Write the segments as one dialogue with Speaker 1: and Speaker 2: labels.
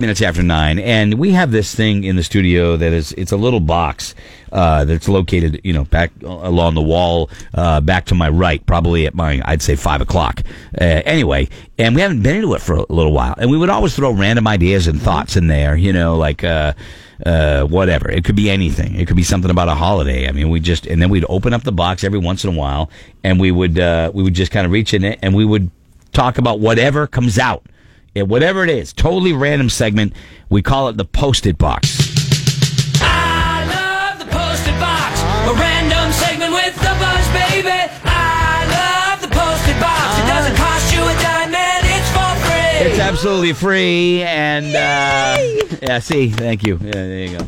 Speaker 1: minutes after nine, and we have this thing in the studio that is it's a little box uh, that's located, you know, back along the wall, uh, back to my right, probably at my I'd say five o'clock. Uh, anyway, and we haven't been into it for a little while, and we would always throw random ideas and thoughts in there, you know, like. Uh, uh, whatever. It could be anything. It could be something about a holiday. I mean, we just and then we'd open up the box every once in a while, and we would uh, we would just kind of reach in it, and we would talk about whatever comes out, Yeah, whatever it is. Totally random segment. We call it the post-it box.
Speaker 2: I love the posted box. A random segment with the buzz, baby. I love the posted box. It doesn't cost you a dime and it's for free.
Speaker 1: Ah. It's absolutely free, and uh, yeah. See, thank you. Yeah, there you go.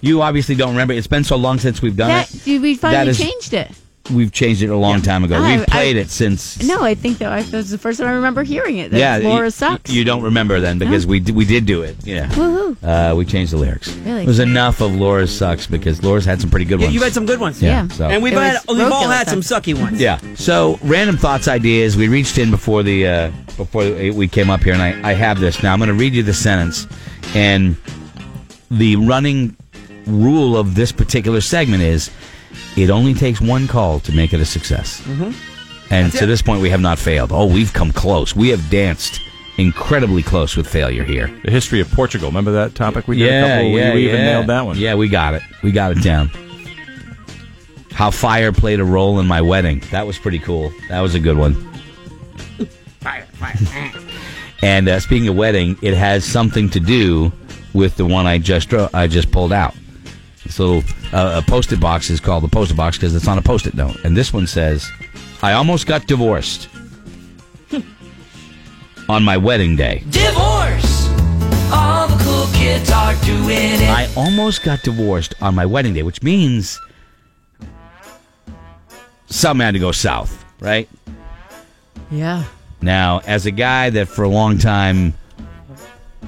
Speaker 1: You obviously don't remember. It's been so long since we've done
Speaker 3: That,
Speaker 1: it.
Speaker 3: dude, we finally
Speaker 1: is-
Speaker 3: changed it.
Speaker 1: We've changed it a long time ago.
Speaker 3: I-
Speaker 1: We've played
Speaker 3: I-
Speaker 1: it since
Speaker 3: No, I think that I- that was the first time I remember hearing it. That Laura
Speaker 1: you,
Speaker 3: sucks.
Speaker 1: You don't remember then because we did, we did do it. Yeah,
Speaker 3: Woohoo.
Speaker 1: Uh, we changed the lyrics.
Speaker 3: Really?
Speaker 1: It was enough of Laura sucks because Laura's had some pretty good
Speaker 4: Yeah,
Speaker 1: ones.
Speaker 4: you've had some good ones.
Speaker 1: Yeah,
Speaker 3: Yeah.
Speaker 1: so-
Speaker 4: And we've,
Speaker 3: It
Speaker 4: had,
Speaker 3: was
Speaker 4: we've all
Speaker 3: roadkill
Speaker 4: had some sucky ones.
Speaker 1: yeah. So random thoughts, ideas. We reached in before the uh, before we came up here, and I, I have this now. I'm going to read you the sentence, and the running rule of this particular segment is it only takes one call to make it a success. Mm-hmm. And to this point, we have not failed. Oh, we've come close. We have danced incredibly close with failure here.
Speaker 5: The history of Portugal. Remember that topic we did
Speaker 1: yeah,
Speaker 5: a couple?
Speaker 1: yeah,
Speaker 5: we, we even
Speaker 1: yeah.
Speaker 5: nailed that one.
Speaker 1: Yeah, we got it. We got it down. How fire played a role in my wedding. That was pretty cool. That was a good one. Fire, fire. and uh, speaking of wedding, it has something to do with the one I just dro- I just pulled out. This little uh, a post-it box is called the post-it box because it's on a post-it note, and this one says, "I almost got divorced on my wedding day."
Speaker 2: Divorce. All the cool kids are doing it.
Speaker 1: I almost got divorced on my wedding day, which means something had to go south, right?
Speaker 3: yeah.
Speaker 1: Now, as a guy that for a long time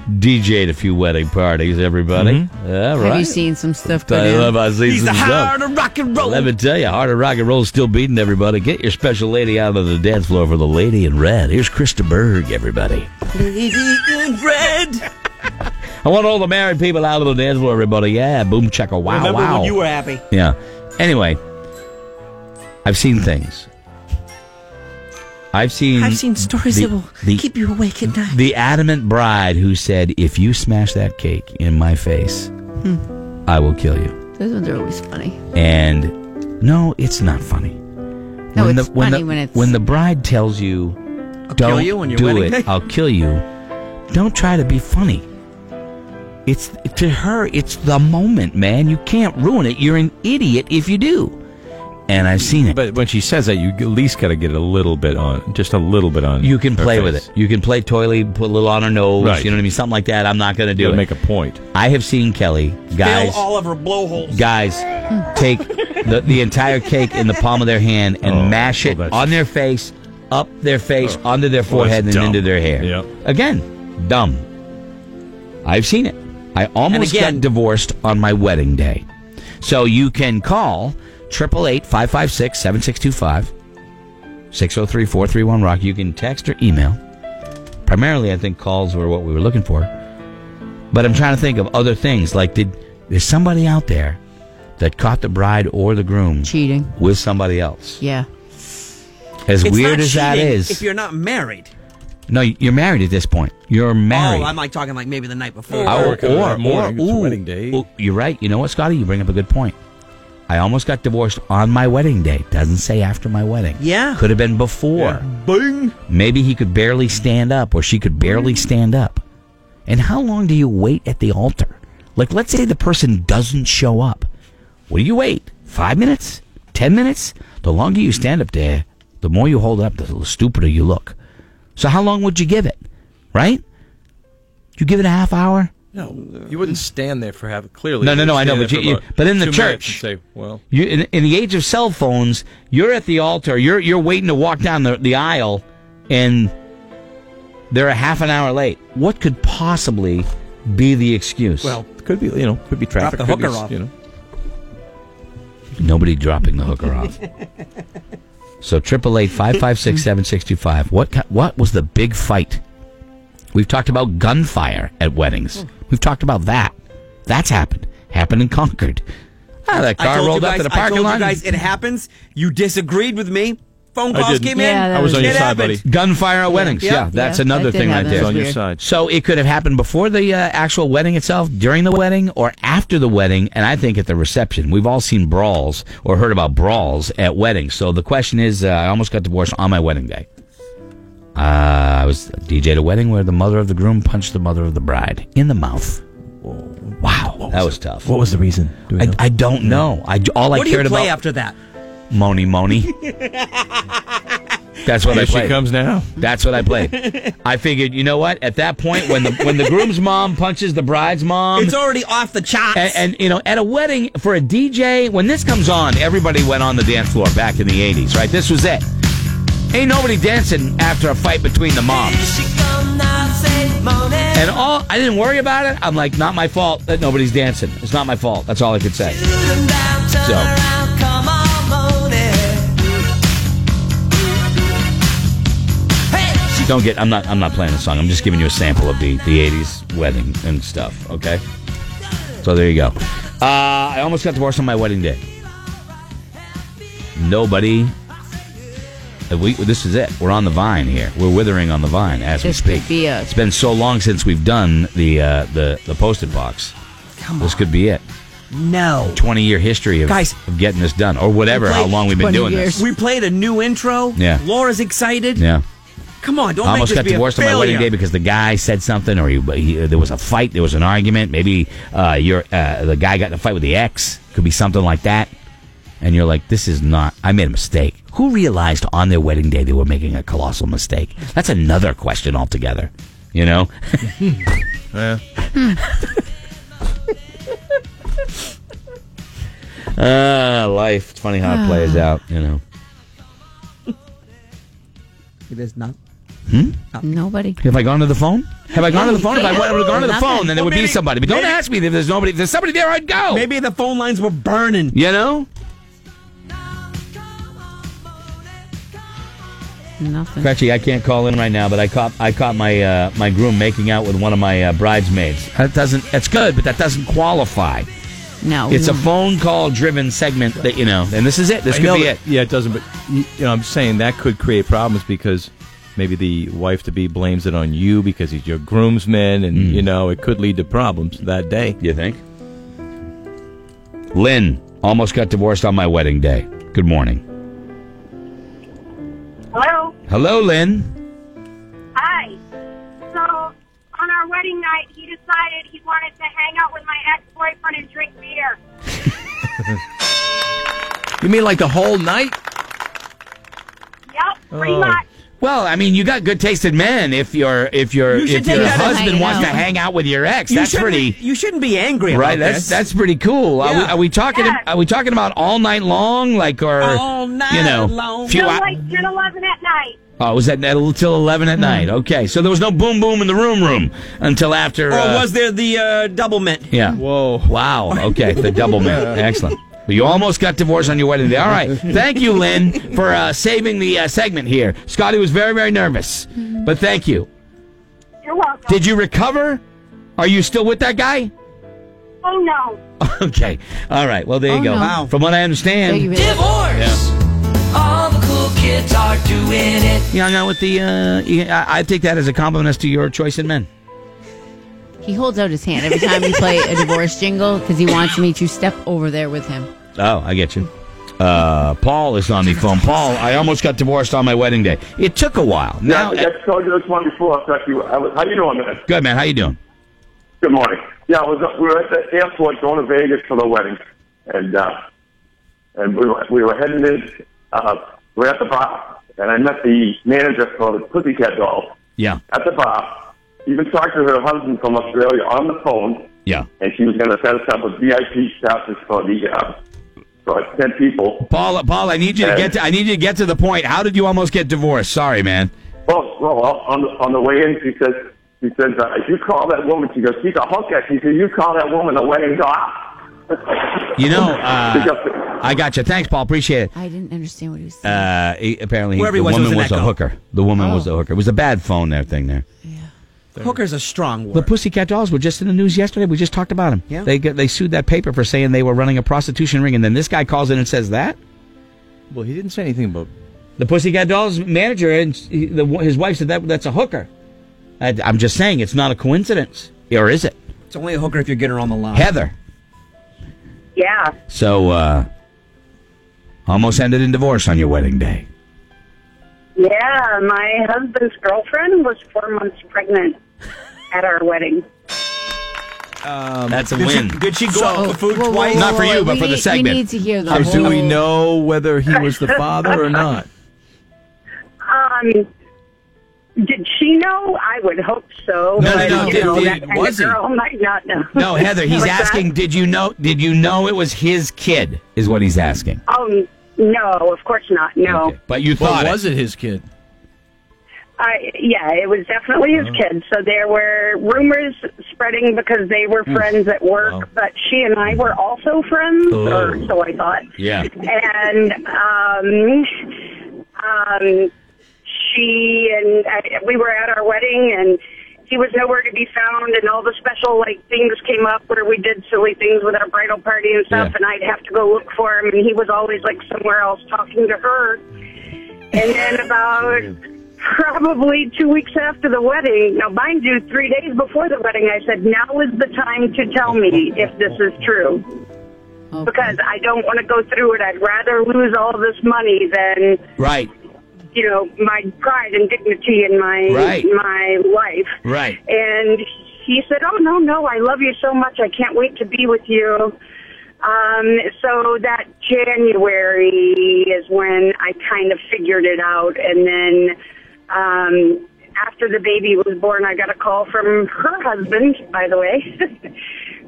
Speaker 1: DJ'd a few wedding parties, everybody. All right.
Speaker 3: Mm-hmm. Have you seen some stuff go
Speaker 1: I
Speaker 3: down?
Speaker 1: love I see
Speaker 4: He's the
Speaker 1: some stuff.
Speaker 4: heart of rock and roll.
Speaker 1: Let me tell you, Heart of Rock and Roll still beating everybody. Get your special lady out of the dance floor for the lady in red. Here's Krista Berg, everybody.
Speaker 4: Red.
Speaker 1: I want all the married people out of the dance floor, everybody. Yeah, boom, chaka, wow,
Speaker 4: Remember
Speaker 1: wow.
Speaker 4: when you were happy?
Speaker 1: Yeah. Anyway, I've seen things. I've seen.
Speaker 6: I've seen stories
Speaker 1: the-
Speaker 6: that will
Speaker 1: the-
Speaker 6: keep you awake at night.
Speaker 1: the adamant bride who said, "If you smash that cake in my face,
Speaker 6: Hmm.
Speaker 1: I will kill you."
Speaker 3: Those ones are always funny.
Speaker 1: And no, it's not funny.
Speaker 3: No,
Speaker 1: when
Speaker 3: it's
Speaker 1: the, when
Speaker 3: funny
Speaker 1: the,
Speaker 3: when it's-
Speaker 1: when the bride tells you, "Don't
Speaker 4: I'll kill you on your
Speaker 1: do
Speaker 4: wedding
Speaker 1: it.
Speaker 4: day.
Speaker 1: I'll kill you." Don't try to be funny. It's to her. It's the moment, man. You can't ruin it. You're an idiot if you do. And I've seen it.
Speaker 5: But when she says that, you at least got to get a little bit on, just a little bit on.
Speaker 1: You can
Speaker 5: her
Speaker 1: play
Speaker 5: face.
Speaker 1: with it. You can play toily, put a little on her nose.
Speaker 5: Right.
Speaker 1: You know what I mean? Something like that. I'm not going to
Speaker 5: You
Speaker 1: do
Speaker 5: gotta
Speaker 1: it.
Speaker 5: make a point.
Speaker 1: I have seen Kelly Oh, guys
Speaker 4: Fill all of her blowholes.
Speaker 1: guys take the, the entire cake in the palm of their hand and
Speaker 5: Oh,
Speaker 1: mash it
Speaker 5: well, that's-
Speaker 1: on their face, up their face,
Speaker 5: Oh,
Speaker 1: onto their
Speaker 5: well, that's
Speaker 1: forehead, and
Speaker 5: dumb.
Speaker 1: into their hair.
Speaker 5: Yeah.
Speaker 1: Again, dumb. I've seen it. I almost
Speaker 4: again-
Speaker 1: got divorced on my wedding day. So you can call 888 556 7625 603 431 Rock. You can text or email. Primarily, I think calls were what we were looking for. But I'm trying to think of other things. Like, did there's somebody out there that caught the bride or the groom
Speaker 3: Cheating.
Speaker 1: with somebody else?
Speaker 3: Yeah.
Speaker 1: As
Speaker 4: It's
Speaker 1: weird
Speaker 4: not
Speaker 1: as that
Speaker 4: cheating
Speaker 1: is,
Speaker 4: If you're not married.
Speaker 1: no, you're married at this point. You're married.
Speaker 4: Oh, I'm like talking like maybe the night before.
Speaker 5: I
Speaker 1: or,
Speaker 5: work on
Speaker 1: or,
Speaker 5: that morning.
Speaker 1: or-
Speaker 5: It's a
Speaker 1: ooh,
Speaker 5: wedding day.
Speaker 1: ooh, you're right. You know what, Scotty? You bring up a good point. I almost got divorced on my wedding day. Doesn't say after my wedding.
Speaker 4: Yeah.
Speaker 1: Could have been before.
Speaker 4: Bing.
Speaker 1: Maybe he could barely stand up or she could barely stand up. And how long do you wait at the altar? Like, let's say the person doesn't show up. What do you wait? Five minutes? Ten minutes? The longer you stand up there, the more you hold up, the stupider you look. So, how long would you give it? Right? You give it a half hour?
Speaker 5: No, you wouldn't stand there for having clearly.
Speaker 1: No, no,
Speaker 5: you'd
Speaker 1: no, I know,
Speaker 5: stand
Speaker 1: but
Speaker 5: there for
Speaker 1: you-
Speaker 5: about
Speaker 1: you- but in the
Speaker 5: two minutes
Speaker 1: church-
Speaker 5: and say, well,
Speaker 1: You, in, in the age of cell phones, you're at the altar. You're you're waiting to walk down the, the aisle, and they're a half an hour late. What could possibly be the excuse?
Speaker 5: well, could be you know, could be traffic.
Speaker 4: the
Speaker 5: could be,
Speaker 4: hooker off.
Speaker 5: You know,
Speaker 1: nobody dropping the hooker off. So triple eight five five six seven six two five. What ki- what was the big fight We've talked about gunfire at weddings. We've talked about that. That's happened. Happened in Concord. Ah, that
Speaker 4: I
Speaker 1: car
Speaker 4: told
Speaker 1: rolled
Speaker 4: you guys,
Speaker 1: up to the
Speaker 4: I
Speaker 1: parking
Speaker 4: told
Speaker 1: lot.
Speaker 4: you guys it happens. You disagreed with me. Phone
Speaker 5: I
Speaker 4: calls
Speaker 5: didn't.
Speaker 4: came
Speaker 3: Yeah,
Speaker 4: in.
Speaker 3: that
Speaker 5: I was on
Speaker 4: It
Speaker 5: your side, buddy.
Speaker 4: happens.
Speaker 5: I
Speaker 1: gunfire at weddings.
Speaker 4: Yeah.
Speaker 1: Yeah, that's
Speaker 3: Yeah,
Speaker 1: another
Speaker 3: that did
Speaker 1: thing right
Speaker 3: happen.
Speaker 5: was
Speaker 1: there.
Speaker 5: on your
Speaker 3: weird.
Speaker 5: side.
Speaker 1: So it could have happened before the uh, actual wedding itself, during the wedding, or after the wedding, and I think at the reception. We've all seen brawls or heard about brawls at weddings. So the question is, uh, I almost got divorced on my wedding day. Uh, I was DJ at a wedding where the mother of the groom punched the mother of the bride in the mouth. Wow, that was tough.
Speaker 5: What was the reason? Do we
Speaker 1: I,
Speaker 5: know?
Speaker 1: I don't know. I all I
Speaker 4: What do you
Speaker 1: cared
Speaker 4: play
Speaker 1: about
Speaker 4: after that?
Speaker 1: Moni Moni. That's what
Speaker 5: Here
Speaker 1: I played.
Speaker 5: she comes now.
Speaker 1: That's what I played. I figured, you know what? At that point, when the when the groom's mom punches the bride's mom,
Speaker 4: It's already off the charts.
Speaker 1: and, and you know, at a wedding for a DJ, when this comes on, everybody went on the dance floor back in the '80s, right? This was it. Ain't nobody dancing after a fight between the moms. And all I didn't worry about it. I'm like, not my fault that nobody's dancing. It's not my fault. That's all I could say. So. Don't get. I'm not. I'm not playing the song. I'm just giving you a sample of the the '80s wedding and stuff. Okay. So there you go. Uh, I almost got divorced on my wedding day. Nobody. uh, We, this is it. We're on the vine here. We're withering on the vine as
Speaker 3: This
Speaker 1: we speak.
Speaker 3: could be a-
Speaker 1: It's been so long since we've done the uh, the the posted box. this could be it.
Speaker 4: no.
Speaker 1: 20 year history of,
Speaker 4: Guys.
Speaker 1: of getting this done, or whatever.
Speaker 4: We played
Speaker 1: How long we've been
Speaker 3: 20
Speaker 1: doing
Speaker 3: years.
Speaker 1: this?
Speaker 4: We played a new intro.
Speaker 1: Yeah.
Speaker 4: Laura's excited.
Speaker 1: Yeah.
Speaker 4: Come on, don't
Speaker 1: I
Speaker 4: make
Speaker 1: almost
Speaker 4: this
Speaker 1: got
Speaker 4: be a
Speaker 1: divorced on my wedding day
Speaker 4: failure.
Speaker 1: because the guy said something, or he, he, there was a fight, there was an argument. Maybe uh, your uh, the guy got in a fight with the ex. Could be something like that. And you're like, this is not. I made a mistake. Who realized on their wedding day they were making a colossal mistake? That's another question altogether. You know,
Speaker 5: Yeah.
Speaker 1: uh, life. It's funny how it plays out. You know,
Speaker 4: It is not.
Speaker 3: Nobody.
Speaker 1: have I gone to the phone? Have I gone to the phone? If I would have gone to the
Speaker 3: Nothing.
Speaker 1: phone, then there
Speaker 4: Well,
Speaker 1: would be
Speaker 4: maybe-
Speaker 1: somebody. But don't
Speaker 4: maybe-
Speaker 1: ask me if there's nobody. If there's somebody there, I'd go.
Speaker 4: Maybe the phone lines were burning.
Speaker 1: you know.
Speaker 3: Nothing.
Speaker 1: Gretchy, I can't call in right now, but I caught I caught my uh, my groom making out with one of my uh, bridesmaids. That doesn't. That's good, but that doesn't qualify.
Speaker 3: No.
Speaker 1: It's
Speaker 4: Mm.
Speaker 1: a phone call driven segment that you know, and this is it. This
Speaker 5: I
Speaker 1: could
Speaker 5: know
Speaker 1: be
Speaker 5: that-
Speaker 1: it.
Speaker 5: Yeah, it doesn't. But you you know, I'm saying that could create problems because maybe the wife to be blames it on you because he's your groomsman, and you know it could lead to problems that day.
Speaker 1: You think? Lynn almost got divorced on my wedding day. Good morning.
Speaker 6: Hello.
Speaker 1: Hello, Lynn.
Speaker 6: Hi. So on our wedding night, he decided he wanted to hang out with my ex-boyfriend and drink beer.
Speaker 5: You mean like the whole night?
Speaker 6: Yep, pretty
Speaker 5: Oh.
Speaker 6: much.
Speaker 1: Well, I mean, you got good-tasted men. If your if your
Speaker 4: You should
Speaker 1: if
Speaker 4: take
Speaker 1: your
Speaker 4: that as-
Speaker 1: husband wants to
Speaker 3: Hanging out.
Speaker 1: hang out with your ex,
Speaker 4: You
Speaker 1: that's
Speaker 4: shouldn't-
Speaker 1: pretty.
Speaker 4: You shouldn't be angry, about
Speaker 1: Right, that's
Speaker 4: this.
Speaker 1: that's pretty cool. Are, we,
Speaker 4: Yeah.
Speaker 1: are we talking?
Speaker 6: Yeah.
Speaker 1: Are we talking about all night long, like or
Speaker 4: All night
Speaker 1: you know,
Speaker 4: long.
Speaker 1: few
Speaker 6: Till
Speaker 1: hou-
Speaker 6: like 10, 11 at night.
Speaker 1: oh, was that at, till eleven
Speaker 4: Hmm.
Speaker 1: at night? Okay, so there was no boom boom in the room room until after.
Speaker 4: Or
Speaker 1: uh,
Speaker 4: Oh, was there the uh, double mint?
Speaker 1: yeah?
Speaker 5: Whoa.
Speaker 1: Wow. Okay, the double man. Excellent. Well, You almost got divorced on your wedding day. All right. Thank you, Lynn, for uh, saving the uh, segment here. Scotty was very, very nervous, but thank you.
Speaker 6: You're welcome.
Speaker 1: Did you recover? Are you still with that guy?
Speaker 6: oh no.
Speaker 1: Okay. All right. Well, there you
Speaker 3: Oh,
Speaker 1: go.
Speaker 3: no. Wow.
Speaker 1: From what I understand,
Speaker 3: Thank you very much.
Speaker 2: Divorce. All the cool kids are doing it.
Speaker 1: You hung out with the. Uh, yeah, I I take that as a compliment as to your choice in men.
Speaker 3: He holds out his hand every time we play a divorce jingle because he wants me to step over there with him.
Speaker 1: Oh, I get you. Uh, Paul is on the phone. Paul, I almost got divorced on my wedding day. It took a while. Now,
Speaker 7: Now, I I told you this one before. Thank you. I was, how you doing, man?
Speaker 1: good man. How you doing?
Speaker 7: Good morning. Yeah, I was up, we were at the airport going to Vegas for the wedding, and uh, and we were, we were heading in. Uh, we were at the bar, and I met the manager for the Pussycat Dolls
Speaker 1: Yeah,
Speaker 7: at the bar. Even talked to her husband from Australia on the phone,
Speaker 1: yeah.
Speaker 7: and she was going to set us up with VIP passes for the uh, for ten people.
Speaker 1: Paul, Paul, I need you to
Speaker 7: Hey.
Speaker 1: get. To, I need you to get to the point. How did you almost get divorced? Sorry, man.
Speaker 7: Well, Oh, well, on the, on the way in, she says, she says, uh, if you call that woman, she goes, she's a hunk at you. She said, you call that woman, the wedding's off.
Speaker 1: You know,
Speaker 7: Because-
Speaker 1: uh, I got you. Thanks, Paul. Appreciate it.
Speaker 3: I didn't understand what he was saying.
Speaker 1: Uh, he- apparently, he-
Speaker 4: Wherever
Speaker 1: the
Speaker 4: he was, it
Speaker 1: woman
Speaker 4: was an
Speaker 1: was a
Speaker 4: echo.
Speaker 1: hooker. The woman was a
Speaker 3: Oh.
Speaker 1: hooker. It was a bad phone there thing there.
Speaker 3: yeah.
Speaker 4: Hooker's a strong
Speaker 1: The
Speaker 4: word.
Speaker 1: Pussycat Dolls were just in the news yesterday. We just talked about them.
Speaker 4: Yeah.
Speaker 1: They got, they sued that paper for saying they were running a prostitution ring, and then this guy calls in and says that
Speaker 5: Well, he didn't say anything about.
Speaker 1: the Pussycat Dolls manager and he, the, his wife said that that's a hooker. I, I'm just saying it's not a coincidence, or is it,
Speaker 4: it's only a hooker if you're getting her on the line.
Speaker 1: Heather?
Speaker 6: Yeah.
Speaker 1: So uh almost ended in divorce on your wedding day.
Speaker 6: Yeah, my husband's girlfriend was four months pregnant at our wedding.
Speaker 1: That's a
Speaker 4: Did she,
Speaker 1: win.
Speaker 4: did she go out for food
Speaker 3: Oh, Whoa, whoa,
Speaker 4: Oh, twice?
Speaker 3: whoa,
Speaker 1: Not for
Speaker 3: whoa,
Speaker 1: you,
Speaker 3: whoa.
Speaker 1: but
Speaker 3: We
Speaker 1: for the
Speaker 3: need-
Speaker 1: segment.
Speaker 3: We need to hear the
Speaker 5: So
Speaker 3: whole.
Speaker 5: do we know whether he was the father or not?
Speaker 6: Um, did she know? I would hope so.
Speaker 1: No,
Speaker 6: but,
Speaker 1: no,
Speaker 6: you
Speaker 1: did-
Speaker 6: know,
Speaker 1: did-
Speaker 6: that kind
Speaker 1: was he?
Speaker 6: of girl might not know.
Speaker 1: No, Oh, Heather, he's
Speaker 6: What's that?
Speaker 1: asking, did you know did you know it was his kid is what he's asking.
Speaker 6: Um, no, of course not. No.
Speaker 1: Okay. But you
Speaker 5: Well,
Speaker 1: thought
Speaker 5: was it his kid?
Speaker 6: I, yeah, it was definitely
Speaker 1: Oh.
Speaker 6: his kid. So there were rumors spreading because they were
Speaker 1: Hmm.
Speaker 6: friends at work,
Speaker 5: Wow.
Speaker 6: but she and I were also friends,
Speaker 1: Oh.
Speaker 6: or so I thought.
Speaker 1: Yeah.
Speaker 6: And um, um, she and I, we were at our wedding, and he was nowhere to be found, and all the special like things came up where we did silly things with our bridal party and stuff,
Speaker 1: Yeah.
Speaker 6: and I'd have to go look for him, and he was always like somewhere else talking to her. And then about probably two weeks after the wedding, now mind you, three days before the wedding, I said, now is the time to tell me if this is true.
Speaker 3: Okay.
Speaker 6: Because I don't want to go through it. I'd rather lose all this money than,
Speaker 1: Right.
Speaker 6: you know, my pride and dignity in my,
Speaker 1: Right.
Speaker 6: my life.
Speaker 1: Right.
Speaker 6: And he said, oh, no, no, I love you so much. I can't wait to be with you. Um, so that January is when I kind of figured it out. And then um, after the baby was born, I got a call from her husband, by the way,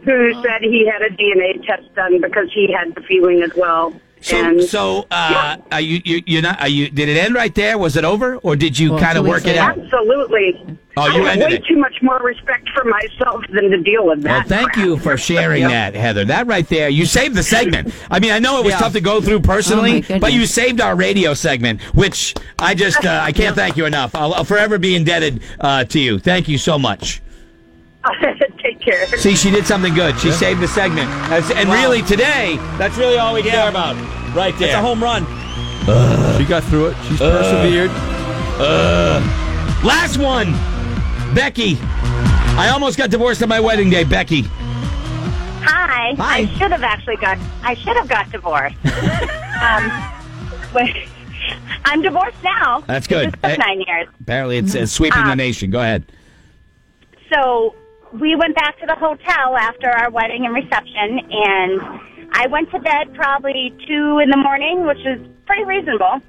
Speaker 6: who said he had a DNA test done because he had the feeling as well.
Speaker 1: So
Speaker 6: and
Speaker 1: so uh are you, you you're not are you did it end right there? Was it over? Or did you
Speaker 3: Well,
Speaker 1: kind of
Speaker 3: two
Speaker 1: work
Speaker 3: weeks
Speaker 1: it out?
Speaker 3: later.
Speaker 6: absolutely.
Speaker 1: Oh, you
Speaker 6: I have
Speaker 1: ended
Speaker 6: way
Speaker 1: it.
Speaker 6: too much more respect for myself than to deal with
Speaker 1: Well,
Speaker 6: that.
Speaker 1: thank
Speaker 6: crap.
Speaker 1: you for sharing that, Heather. That right there, you saved the segment. I mean, I know it was
Speaker 4: Yeah.
Speaker 1: tough to go through
Speaker 3: Oh, my
Speaker 1: personally,
Speaker 3: goodness.
Speaker 1: but you saved our radio segment, which I just uh, I can't thank you enough. I'll, I'll forever be indebted uh, to you. Thank you so much.
Speaker 6: Take care.
Speaker 1: See, she did something good. She saved the segment, That's, and really today, that's really all we care about, right there. Uh,
Speaker 4: It's a home run.
Speaker 5: She got through it. She's persevered.
Speaker 1: Last one, Becky. I almost got divorced on my wedding day, Becky.
Speaker 8: Hi.
Speaker 1: Hi.
Speaker 8: I should have actually got. I should have got divorced. um, but I'm divorced now.
Speaker 1: That's good.
Speaker 8: It took
Speaker 1: Eh.
Speaker 8: nine years.
Speaker 1: Apparently, it's uh, sweeping the
Speaker 8: Ah.
Speaker 1: nation. Go ahead.
Speaker 8: So we went back to the hotel after our wedding and reception, and I went to bed probably two in the morning, which is pretty reasonable.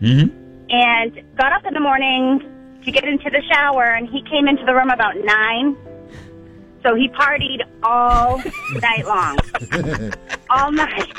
Speaker 8: And got up in the morning to get into the shower, and he came into the room about nine. So he partied all night long, all night.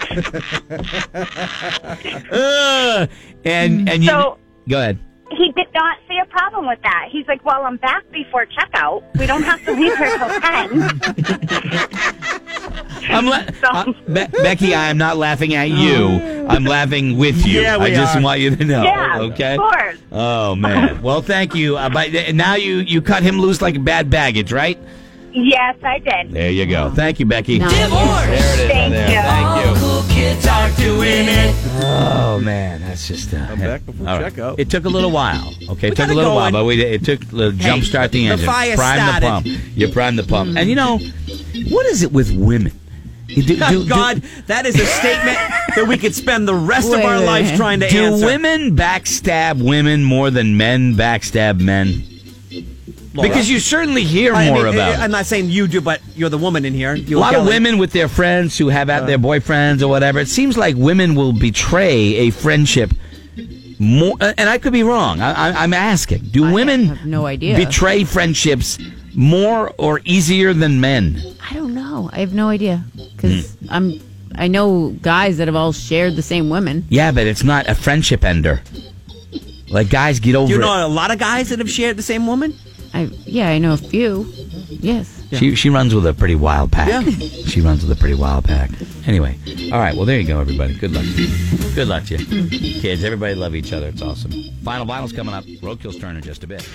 Speaker 1: Uh, and and you
Speaker 8: So-
Speaker 1: go ahead.
Speaker 8: he did not see a problem with that. He's like, "Well, I'm back before checkout. We don't have to leave here till ten.
Speaker 1: I'm la- uh, Be- Becky, I am not laughing at
Speaker 8: Oh.
Speaker 1: you. I'm laughing with you.
Speaker 4: Yeah, we
Speaker 1: I just
Speaker 4: are.
Speaker 1: want you to know.
Speaker 8: yeah,
Speaker 1: okay.
Speaker 8: of course.
Speaker 1: Oh man. Well, thank you. Uh, but th- now you you cut him loose like bad baggage, right?
Speaker 8: Yes, I did.
Speaker 1: There you go. Thank you, Becky.
Speaker 3: No.
Speaker 2: Divorce.
Speaker 8: Thank you.
Speaker 2: All the cool kids are doing it.
Speaker 1: Oh man, that's just. Uh,
Speaker 5: Come back before
Speaker 1: all right.
Speaker 5: checkout.
Speaker 1: It took a little while. Okay, it took
Speaker 4: got
Speaker 1: a
Speaker 4: it
Speaker 1: little while,
Speaker 4: going.
Speaker 1: but we it took the jump start the
Speaker 4: the
Speaker 1: engine,
Speaker 4: fire
Speaker 1: prime
Speaker 4: started.
Speaker 1: the pump. You prime the pump, and you know, what is it with women? You do- do- do-
Speaker 4: God, that is a statement that we could spend the rest
Speaker 3: Wait
Speaker 4: of
Speaker 3: a
Speaker 4: our lives
Speaker 3: minute.
Speaker 4: trying to
Speaker 1: Do
Speaker 4: answer.
Speaker 1: women backstab women more than men backstab men?
Speaker 4: Laura.
Speaker 1: Because you certainly hear
Speaker 4: I
Speaker 1: more
Speaker 4: mean,
Speaker 1: about
Speaker 4: I- I'm
Speaker 1: it.
Speaker 4: not saying you do, but you're the woman in here.
Speaker 1: A lot of women with their friends who have out their boyfriends or whatever. It seems like women will betray a friendship more. uh, And I could be wrong. I, I, I'm asking: Do
Speaker 3: I
Speaker 1: women
Speaker 3: have no idea.
Speaker 1: betray friendships more or easier than men?
Speaker 3: I don't know. I have no idea because I'm. I know guys that have all shared the same women.
Speaker 1: Yeah, but it's not a friendship ender. Like guys get over
Speaker 4: You
Speaker 1: it.
Speaker 4: know a lot of guys that have shared the same woman?
Speaker 3: I yeah, I know a few. Yes.
Speaker 1: She she runs with a pretty wild pack.
Speaker 4: Yeah.
Speaker 1: She runs with a pretty wild pack. Anyway, all right. Well, there you go, everybody. Good luck. Good luck to you, kids. Everybody love each other. It's awesome. Final vinyls coming up. Roadkill's turn in just a bit.